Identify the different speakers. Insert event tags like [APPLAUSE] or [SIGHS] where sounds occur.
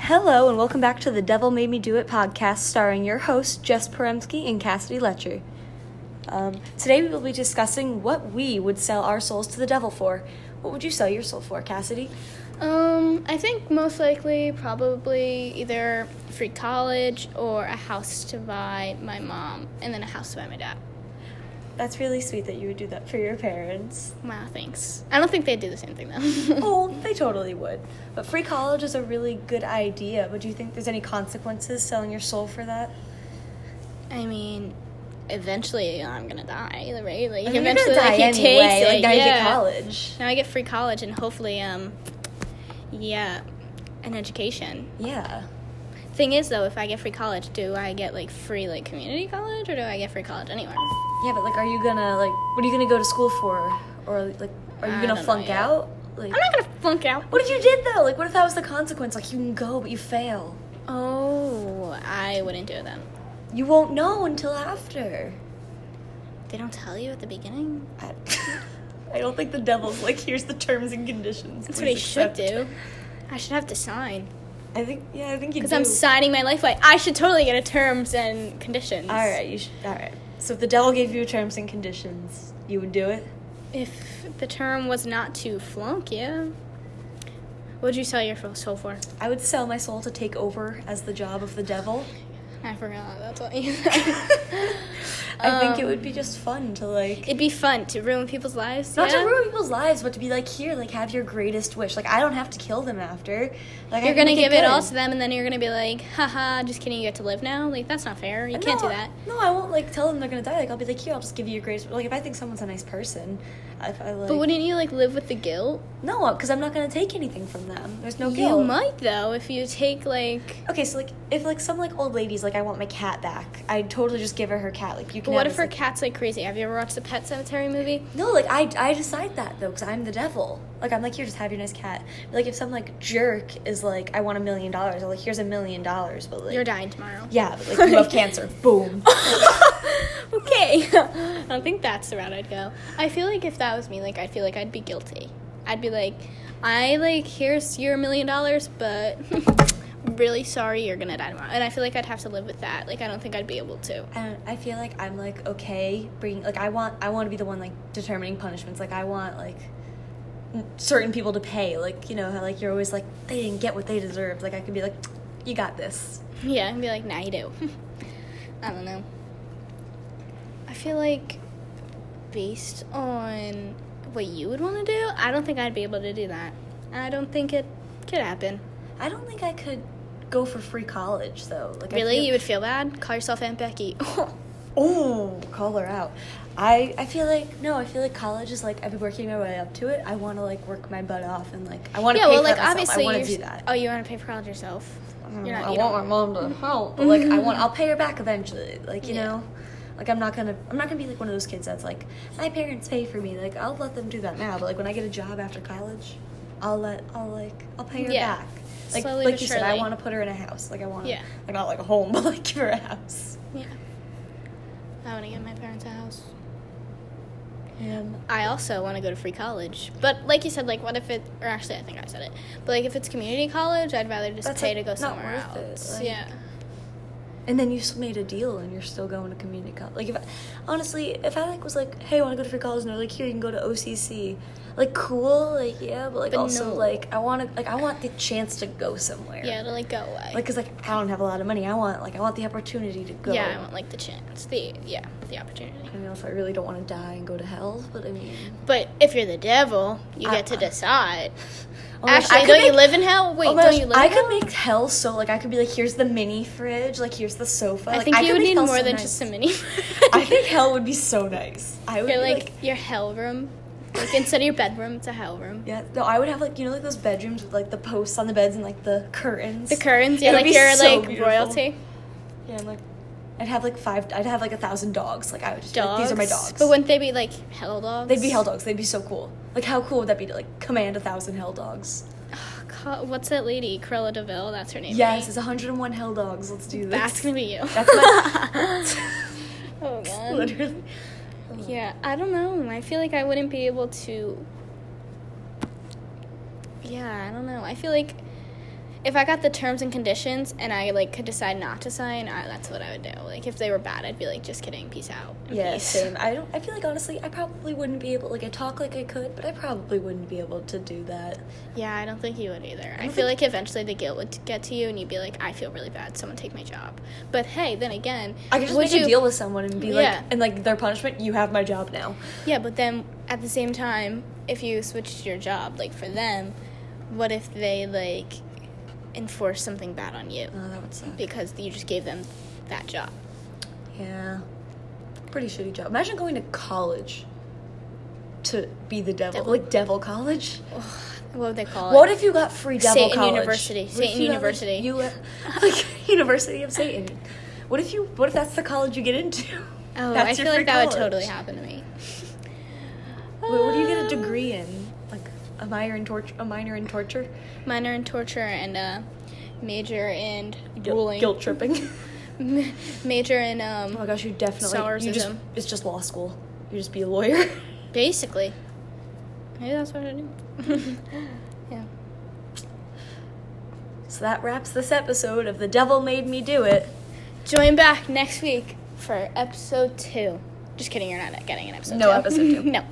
Speaker 1: Hello, and welcome back to the Devil Made Me Do It podcast, starring your hosts, Jess Peremsky and Cassidy Letcher. Um, today, we will be discussing what we would sell our souls to the devil for. What would you sell your soul for, Cassidy?
Speaker 2: Um, I think most likely, probably either free college or a house to buy my mom, and then a house to buy my dad.
Speaker 1: That's really sweet that you would do that for your parents.
Speaker 2: Wow, thanks. I don't think they'd do the same thing though. [LAUGHS]
Speaker 1: Oh, they totally would. But free college is a really good idea. But do you think there's any consequences selling your soul for that?
Speaker 2: I mean, eventually I'm gonna die, right? Like
Speaker 1: I mean, you're
Speaker 2: eventually,
Speaker 1: gonna die
Speaker 2: like, he
Speaker 1: anyway,
Speaker 2: takes it.
Speaker 1: like, now you get
Speaker 2: yeah.
Speaker 1: college.
Speaker 2: Now I get free college, and hopefully, um, yeah, an education.
Speaker 1: Yeah.
Speaker 2: Thing is, though, if I get free college, do I get like free like community college, or do I get free college anywhere?
Speaker 1: Yeah, but like, are you gonna like, what are you gonna go to school for, or like, are
Speaker 2: I
Speaker 1: you gonna
Speaker 2: don't know
Speaker 1: flunk
Speaker 2: yet.
Speaker 1: out? Like,
Speaker 2: I'm not gonna flunk out.
Speaker 1: what if you did though? Like, what if that was the consequence? Like, you can go, but you fail.
Speaker 2: Oh, I wouldn't do it then.
Speaker 1: You won't know until after.
Speaker 2: They don't tell you at the beginning.
Speaker 1: I, [LAUGHS] I don't think the devil's like, here's the terms and conditions.
Speaker 2: That's
Speaker 1: please
Speaker 2: what I should
Speaker 1: accept."
Speaker 2: do. I should have to sign
Speaker 1: I think, yeah, I think you do.
Speaker 2: because I'm signing my life away. I should totally get a terms and conditions.
Speaker 1: All right, you should. All right. So if the devil gave you terms and conditions, you would do it.
Speaker 2: If the term was not to flunk you, what'd you sell your f- soul for?
Speaker 1: I would sell my soul to take over as the job of the devil. [LAUGHS]
Speaker 2: I forgot. That's what [LAUGHS] you.
Speaker 1: I
Speaker 2: Um,
Speaker 1: think it would be just fun to like.
Speaker 2: It'd be fun to ruin people's lives.
Speaker 1: not
Speaker 2: yeah?
Speaker 1: to ruin people's lives, but to be like, here, like, have your greatest wish. Like, I don't have to kill them after. Like, I
Speaker 2: You're
Speaker 1: can
Speaker 2: gonna
Speaker 1: make
Speaker 2: give it, all
Speaker 1: good.
Speaker 2: to them, and then you're gonna be like, haha, just kidding, you get to live now? Like, that's not fair. You
Speaker 1: No,
Speaker 2: can't do that.
Speaker 1: No, I won't like tell them they're gonna die. Like, I'll be like, here, I'll just give you your greatest. Like, if I think someone's a nice person, if I like,
Speaker 2: But wouldn't you, like, live with the guilt?
Speaker 1: no, because I'm not gonna take anything from them. There's no guilt.
Speaker 2: You might, though, if you take, like.
Speaker 1: Okay, so like, if like some like old lady's like, I want my cat back. I'd totally just give her her cat. Like, you
Speaker 2: But
Speaker 1: can.
Speaker 2: what
Speaker 1: have
Speaker 2: if
Speaker 1: this,
Speaker 2: her
Speaker 1: like-
Speaker 2: cat's like crazy? Have you ever watched the Pet Cemetery movie?
Speaker 1: No, like I, I decide that though, because I'm the devil. Like I'm like here, just have your nice cat. But, like if some like jerk is like, I want a million dollars. I'm like, here's a million dollars, but like
Speaker 2: You're dying tomorrow.
Speaker 1: Yeah, but like you have cancer. [LAUGHS] Boom.
Speaker 2: [LAUGHS] okay. [LAUGHS] I don't think that's the route I'd go. I feel like if that was me, like I feel like I'd be guilty. I'd be like, I like here's your million dollars, but [LAUGHS] I'm really sorry you're gonna die tomorrow. And I feel like I'd have to live with that. Like I don't think I'd be able to.
Speaker 1: And Um, I feel like I'm like okay, bringing like I want I want to be the one like determining punishments. Like I want like n- certain people to pay. Like you know how like you're always like they didn't get what they deserved. Like I could be like, you got this.
Speaker 2: Yeah, and be like, nah, you do. [LAUGHS] I don't know. I feel like based on what you would want to do, I don't think I'd be able to do that. I don't think it could happen.
Speaker 1: I don't think I could go for free college though. Like I
Speaker 2: Really?
Speaker 1: feel-
Speaker 2: You would feel bad? Call yourself Aunt [LAUGHS] Becky.
Speaker 1: Oh, call her out. I, I feel like no, I feel like college is like I've been working my way up to it. I want to like work my butt off and like I want to
Speaker 2: yeah,
Speaker 1: pay
Speaker 2: well,
Speaker 1: for that
Speaker 2: like
Speaker 1: myself.
Speaker 2: obviously
Speaker 1: I want
Speaker 2: you're,
Speaker 1: to do that.
Speaker 2: Oh, you want to pay for college yourself? You're not,
Speaker 1: Mm, I
Speaker 2: you
Speaker 1: want my
Speaker 2: don't-
Speaker 1: mom to help, but like I want, I'll pay her back eventually. Like you
Speaker 2: Yeah.
Speaker 1: know, like I'm not gonna, I'm not gonna be like one of those kids that's like, my parents pay for me. Like I'll let them do that now, but like when I get a job after college, I'll let, I'll like, I'll pay her
Speaker 2: Yeah.
Speaker 1: back. Like
Speaker 2: Slowly
Speaker 1: like
Speaker 2: but
Speaker 1: you said, I
Speaker 2: surely.
Speaker 1: want to put her in a house. Like I want,
Speaker 2: Yeah.
Speaker 1: like not like a home, [LAUGHS] but like give her a house.
Speaker 2: Yeah. I want to get my parents a house.
Speaker 1: And
Speaker 2: I also want to go to free college, but like you said, like what if it? Or actually, I think I said it. But like if it's community college, I'd rather just
Speaker 1: That's,
Speaker 2: pay
Speaker 1: like,
Speaker 2: to go
Speaker 1: not
Speaker 2: somewhere
Speaker 1: worth it,
Speaker 2: else.
Speaker 1: like-
Speaker 2: yeah.
Speaker 1: And then you s- made a deal, and you're still going to community college. Like, if I, honestly, if I like was like, "Hey, I want to go to free college," and they're like, "Here, you can go to OCC," like, cool, like, yeah, but like
Speaker 2: But
Speaker 1: also
Speaker 2: no.
Speaker 1: like, I want to like, I want the chance to go somewhere.
Speaker 2: Yeah, to like go away.
Speaker 1: Like, cause like I don't have a lot of money. I want like I want the opportunity to go.
Speaker 2: yeah, I want like the chance, the yeah, the opportunity.
Speaker 1: I mean, also, I really don't want to die and go to hell, but I mean,
Speaker 2: But if you're the devil, you
Speaker 1: I-
Speaker 2: get to decide.
Speaker 1: Oh my gosh, I
Speaker 2: actually,
Speaker 1: could
Speaker 2: don't you
Speaker 1: make-
Speaker 2: live in hell? Wait,
Speaker 1: Oh my
Speaker 2: don't
Speaker 1: gosh,
Speaker 2: you live?
Speaker 1: I
Speaker 2: in hell?
Speaker 1: could make hell so like I could be like, here's the mini fridge, like here's the sofa.
Speaker 2: I
Speaker 1: Like,
Speaker 2: think you
Speaker 1: could
Speaker 2: would
Speaker 1: make
Speaker 2: need
Speaker 1: hell
Speaker 2: more
Speaker 1: so
Speaker 2: than
Speaker 1: nice.
Speaker 2: just a mini.
Speaker 1: I think hell
Speaker 2: [LAUGHS]
Speaker 1: would be so nice. I would
Speaker 2: Your
Speaker 1: be,
Speaker 2: like, your hell room. Like instead of your bedroom, it's a hell room.
Speaker 1: Yeah, no, I would have like you know like those bedrooms with like the posts on the beds and like the curtains.
Speaker 2: The curtains, yeah,
Speaker 1: It would
Speaker 2: like
Speaker 1: be
Speaker 2: you're
Speaker 1: so
Speaker 2: like
Speaker 1: beautiful.
Speaker 2: royalty.
Speaker 1: Yeah, and like I'd have like five. I'd have like a thousand dogs. Like I would just be like, these are my dogs.
Speaker 2: But wouldn't they be like hell dogs?
Speaker 1: they'd be hell dogs, they'd be so cool. Like how cool would that be to like command a thousand hell dogs?
Speaker 2: Co- What's that lady? Cruella Deville. That's her name.
Speaker 1: Yes,
Speaker 2: right?
Speaker 1: it's 101 hell dogs. Let's do this.
Speaker 2: that's gonna be you.
Speaker 1: [LAUGHS] That's my- [LAUGHS]
Speaker 2: [LAUGHS] oh god.
Speaker 1: literally.
Speaker 2: Yeah, I don't know. I feel like I wouldn't be able to. Yeah, I don't know. I feel like if I got the terms and conditions and I like could decide not to sign, I, that's what I would do. Like if they were bad, I'd be like, just kidding, peace out. and
Speaker 1: Yeah,
Speaker 2: peace."
Speaker 1: same. I don't. I feel like honestly, I probably wouldn't be able. Like, I talk like I could, but I probably wouldn't be able to do that.
Speaker 2: [LAUGHS] Yeah, I don't think you would either. I
Speaker 1: don't
Speaker 2: feel like eventually the guilt would get to you, and you'd be like, I feel really bad. Someone take my job. But hey, then again,
Speaker 1: I could just
Speaker 2: would
Speaker 1: make
Speaker 2: you-
Speaker 1: a deal with someone and be
Speaker 2: Yeah.
Speaker 1: like, and like their punishment, you have my job now.
Speaker 2: Yeah, but then at the same time, if you switched your job, like for them, what if they like enforce something bad on you
Speaker 1: Oh, that would suck.
Speaker 2: because you just gave them that job?
Speaker 1: Yeah, pretty shitty job. Imagine going to college to be the devil,
Speaker 2: Devil.
Speaker 1: like devil college.
Speaker 2: What would they call
Speaker 1: What
Speaker 2: it?
Speaker 1: if you got free devil
Speaker 2: Satan
Speaker 1: college?
Speaker 2: University.
Speaker 1: What if
Speaker 2: Satan
Speaker 1: you got, like,
Speaker 2: University.
Speaker 1: you [LAUGHS] like University of Satan. What if you? What if that's the college you get into?
Speaker 2: oh,
Speaker 1: That's
Speaker 2: I
Speaker 1: your
Speaker 2: feel
Speaker 1: free
Speaker 2: like that would
Speaker 1: college.
Speaker 2: totally happen to me.
Speaker 1: Wait, what do you get a
Speaker 2: Um,
Speaker 1: degree in? Like a minor in torture? A minor in torture?
Speaker 2: [SIGHS] Minor in torture and uh, major in
Speaker 1: Guilt,
Speaker 2: ruling.
Speaker 1: guilt tripping.
Speaker 2: M- [LAUGHS] major in
Speaker 1: oh my
Speaker 2: um,
Speaker 1: gosh, you definitely. You just,
Speaker 2: Sourcism.
Speaker 1: it's just law school. You just be a lawyer. [LAUGHS]
Speaker 2: basically. Maybe that's what I do. [LAUGHS] yeah.
Speaker 1: so that wraps this episode of The Devil Made Me Do It.
Speaker 2: Join back next week for episode two. Just kidding, you're not getting an episode
Speaker 1: No
Speaker 2: two.
Speaker 1: episode two.
Speaker 2: [LAUGHS] no.